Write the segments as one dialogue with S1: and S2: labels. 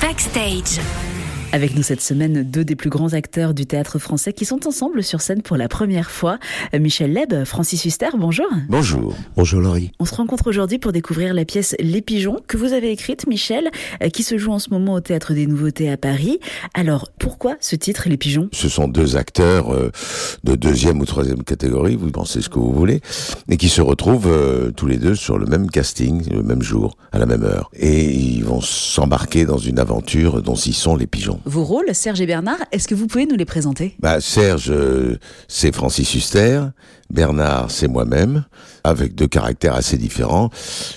S1: Backstage.
S2: Avec nous cette semaine, deux des plus grands acteurs du théâtre français qui sont ensemble sur scène pour la première fois. Michel Leb, Francis Huster, bonjour.
S3: Bonjour. Bonjour Laurie.
S2: On se rencontre aujourd'hui pour découvrir la pièce Les Pigeons que vous avez écrite, Michel, euh, qui se joue en ce moment au Théâtre des Nouveautés à Paris. Alors, pourquoi ce titre, Les Pigeons
S3: Ce sont deux acteurs euh, de deuxième ou troisième catégorie, vous pensez ce que vous voulez, et qui se retrouvent euh, tous les deux sur le même casting, le même jour, à la même heure. Et ils vont s'embarquer dans une aventure dont ils sont les pigeons.
S2: Vos rôles, Serge et Bernard, est-ce que vous pouvez nous les présenter
S3: Bah, Serge, euh, c'est Francis Huster. Bernard, c'est moi-même, avec deux caractères assez différents.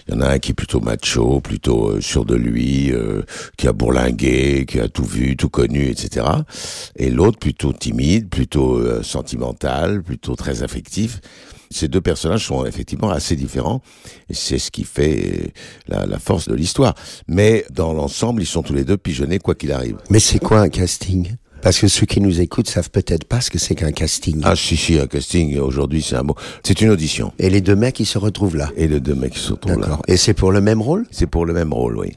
S3: Il y en a un qui est plutôt macho, plutôt euh, sûr de lui, euh, qui a bourlingué, qui a tout vu, tout connu, etc. Et l'autre plutôt timide, plutôt euh, sentimental, plutôt très affectif. Ces deux personnages sont effectivement assez différents, et c'est ce qui fait euh, la, la force de l'histoire. Mais dans l'ensemble, ils sont tous les deux pigeonnés quoi qu'il arrive.
S4: Mais c'est quoi un casting Parce que ceux qui nous écoutent savent peut-être pas ce que c'est qu'un casting.
S3: Ah si si, un casting aujourd'hui c'est un mot. C'est une audition.
S4: Et les deux mecs, ils se retrouvent là.
S3: Et les deux mecs qui se retrouvent là.
S4: D'accord. Ah Et c'est pour le même rôle
S3: C'est pour le même rôle, oui.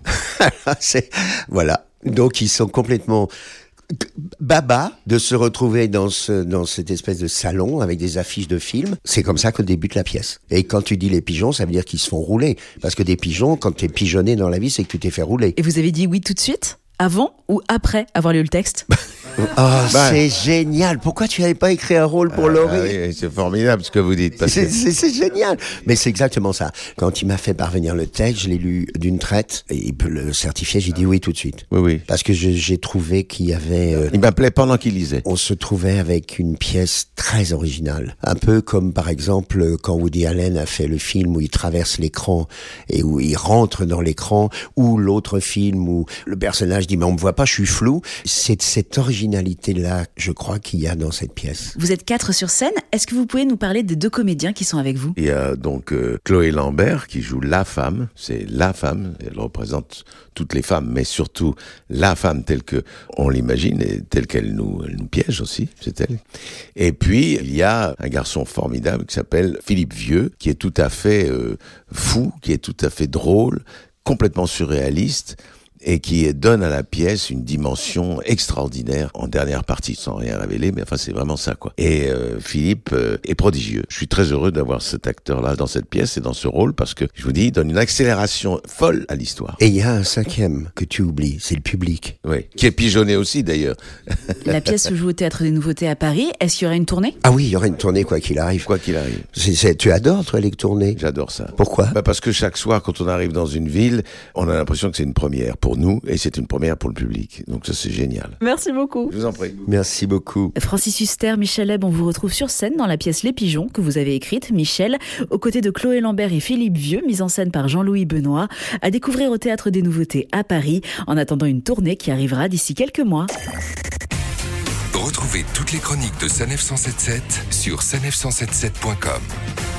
S4: C'est- Voilà. Donc ils sont complètement baba de se retrouver dans, ce, dans cette espèce de salon avec des affiches de films. C'est comme ça que débute la pièce. Et quand tu dis les pigeons, ça veut dire qu'ils se font rouler. Parce que des pigeons, quand t'es pigeonné dans la vie, c'est que tu t'es fait rouler.
S2: Et vous avez dit oui tout de suite Avant ou après avoir lu le texte
S4: Oh,
S3: Ben.
S4: c'est génial. Pourquoi tu n'avais pas écrit un rôle pour
S3: Ah
S4: Laurie
S3: oui, c'est formidable ce que vous dites. Parce que...
S4: C'est- C'est c'est génial. Mais c'est exactement ça. Quand il m'a fait parvenir le texte, je l'ai lu d'une traite et il peut le certifier. J'ai dit oui tout de suite.
S3: Oui, oui.
S4: Parce que je- j'ai trouvé qu'il y avait... euh,
S3: Il m'appelait pendant qu'il lisait.
S4: on se trouvait avec une pièce très originale. Un peu comme par exemple euh, quand Woody Allen a fait le film où il traverse l'écran et où il rentre dans l'écran, ou l'autre film où le personnage dit mais on me voit pas, je suis flou. C'est cette originalité-là, je crois, qu'il y a dans cette pièce.
S2: Vous êtes quatre sur scène. Est-ce que vous pouvez nous parler des deux comédiens qui sont avec vous
S3: Il y a donc euh, Chloé Lambert qui joue la femme, c'est la femme, elle représente toutes les femmes, mais surtout la femme telle que on l'imagine et telle qu'elle nous, elle nous piège aussi, c'est elle. Et puis il y a un garçon formidable qui s'appelle Philippe Vieux, qui est tout à fait euh, fou, qui est tout à fait drôle, complètement surréaliste et qui donne à la pièce une dimension extraordinaire en dernière partie, sans rien révéler, mais enfin c'est vraiment ça quoi. Et euh, Philippe euh, est prodigieux. Je suis très heureux d'avoir cet acteur-là dans cette pièce et dans ce rôle parce que, je vous dis, il donne une accélération folle à l'histoire.
S4: Et il y a un cinquième que tu oublies, c'est le public.
S3: Oui, qui est pigeonné aussi d'ailleurs.
S2: La pièce se joue au Théâtre des Nouveautés à Paris. Est-ce qu'il y aura une tournée
S4: Ah oui, il y aura une tournée quoi qu'il arrive.
S3: Quoi qu'il arrive,
S4: C'est- c'est- tu adores toi les tournées.
S3: j'adore ça.
S4: Pourquoi
S3: Bah, parce que chaque soir, quand on arrive dans une ville, on a l'impression que c'est une première pour nous et c'est une première pour le public. Donc ça, c'est génial.
S2: Merci beaucoup.
S3: Je vous en prie.
S4: Merci beaucoup.
S2: Francis Huster, Michel Leb, on vous retrouve sur scène dans la pièce Les Pigeons que vous avez écrite, Michel, aux côtés de Chloé Lambert et Philippe Vieux, mise en scène par Jean-Louis Benoît, à découvrir au Théâtre des Nouveautés à Paris, en attendant une tournée qui arrivera d'ici quelques mois.
S5: Retrouvez toutes les chroniques de Sanef 177 sur sanef177.com.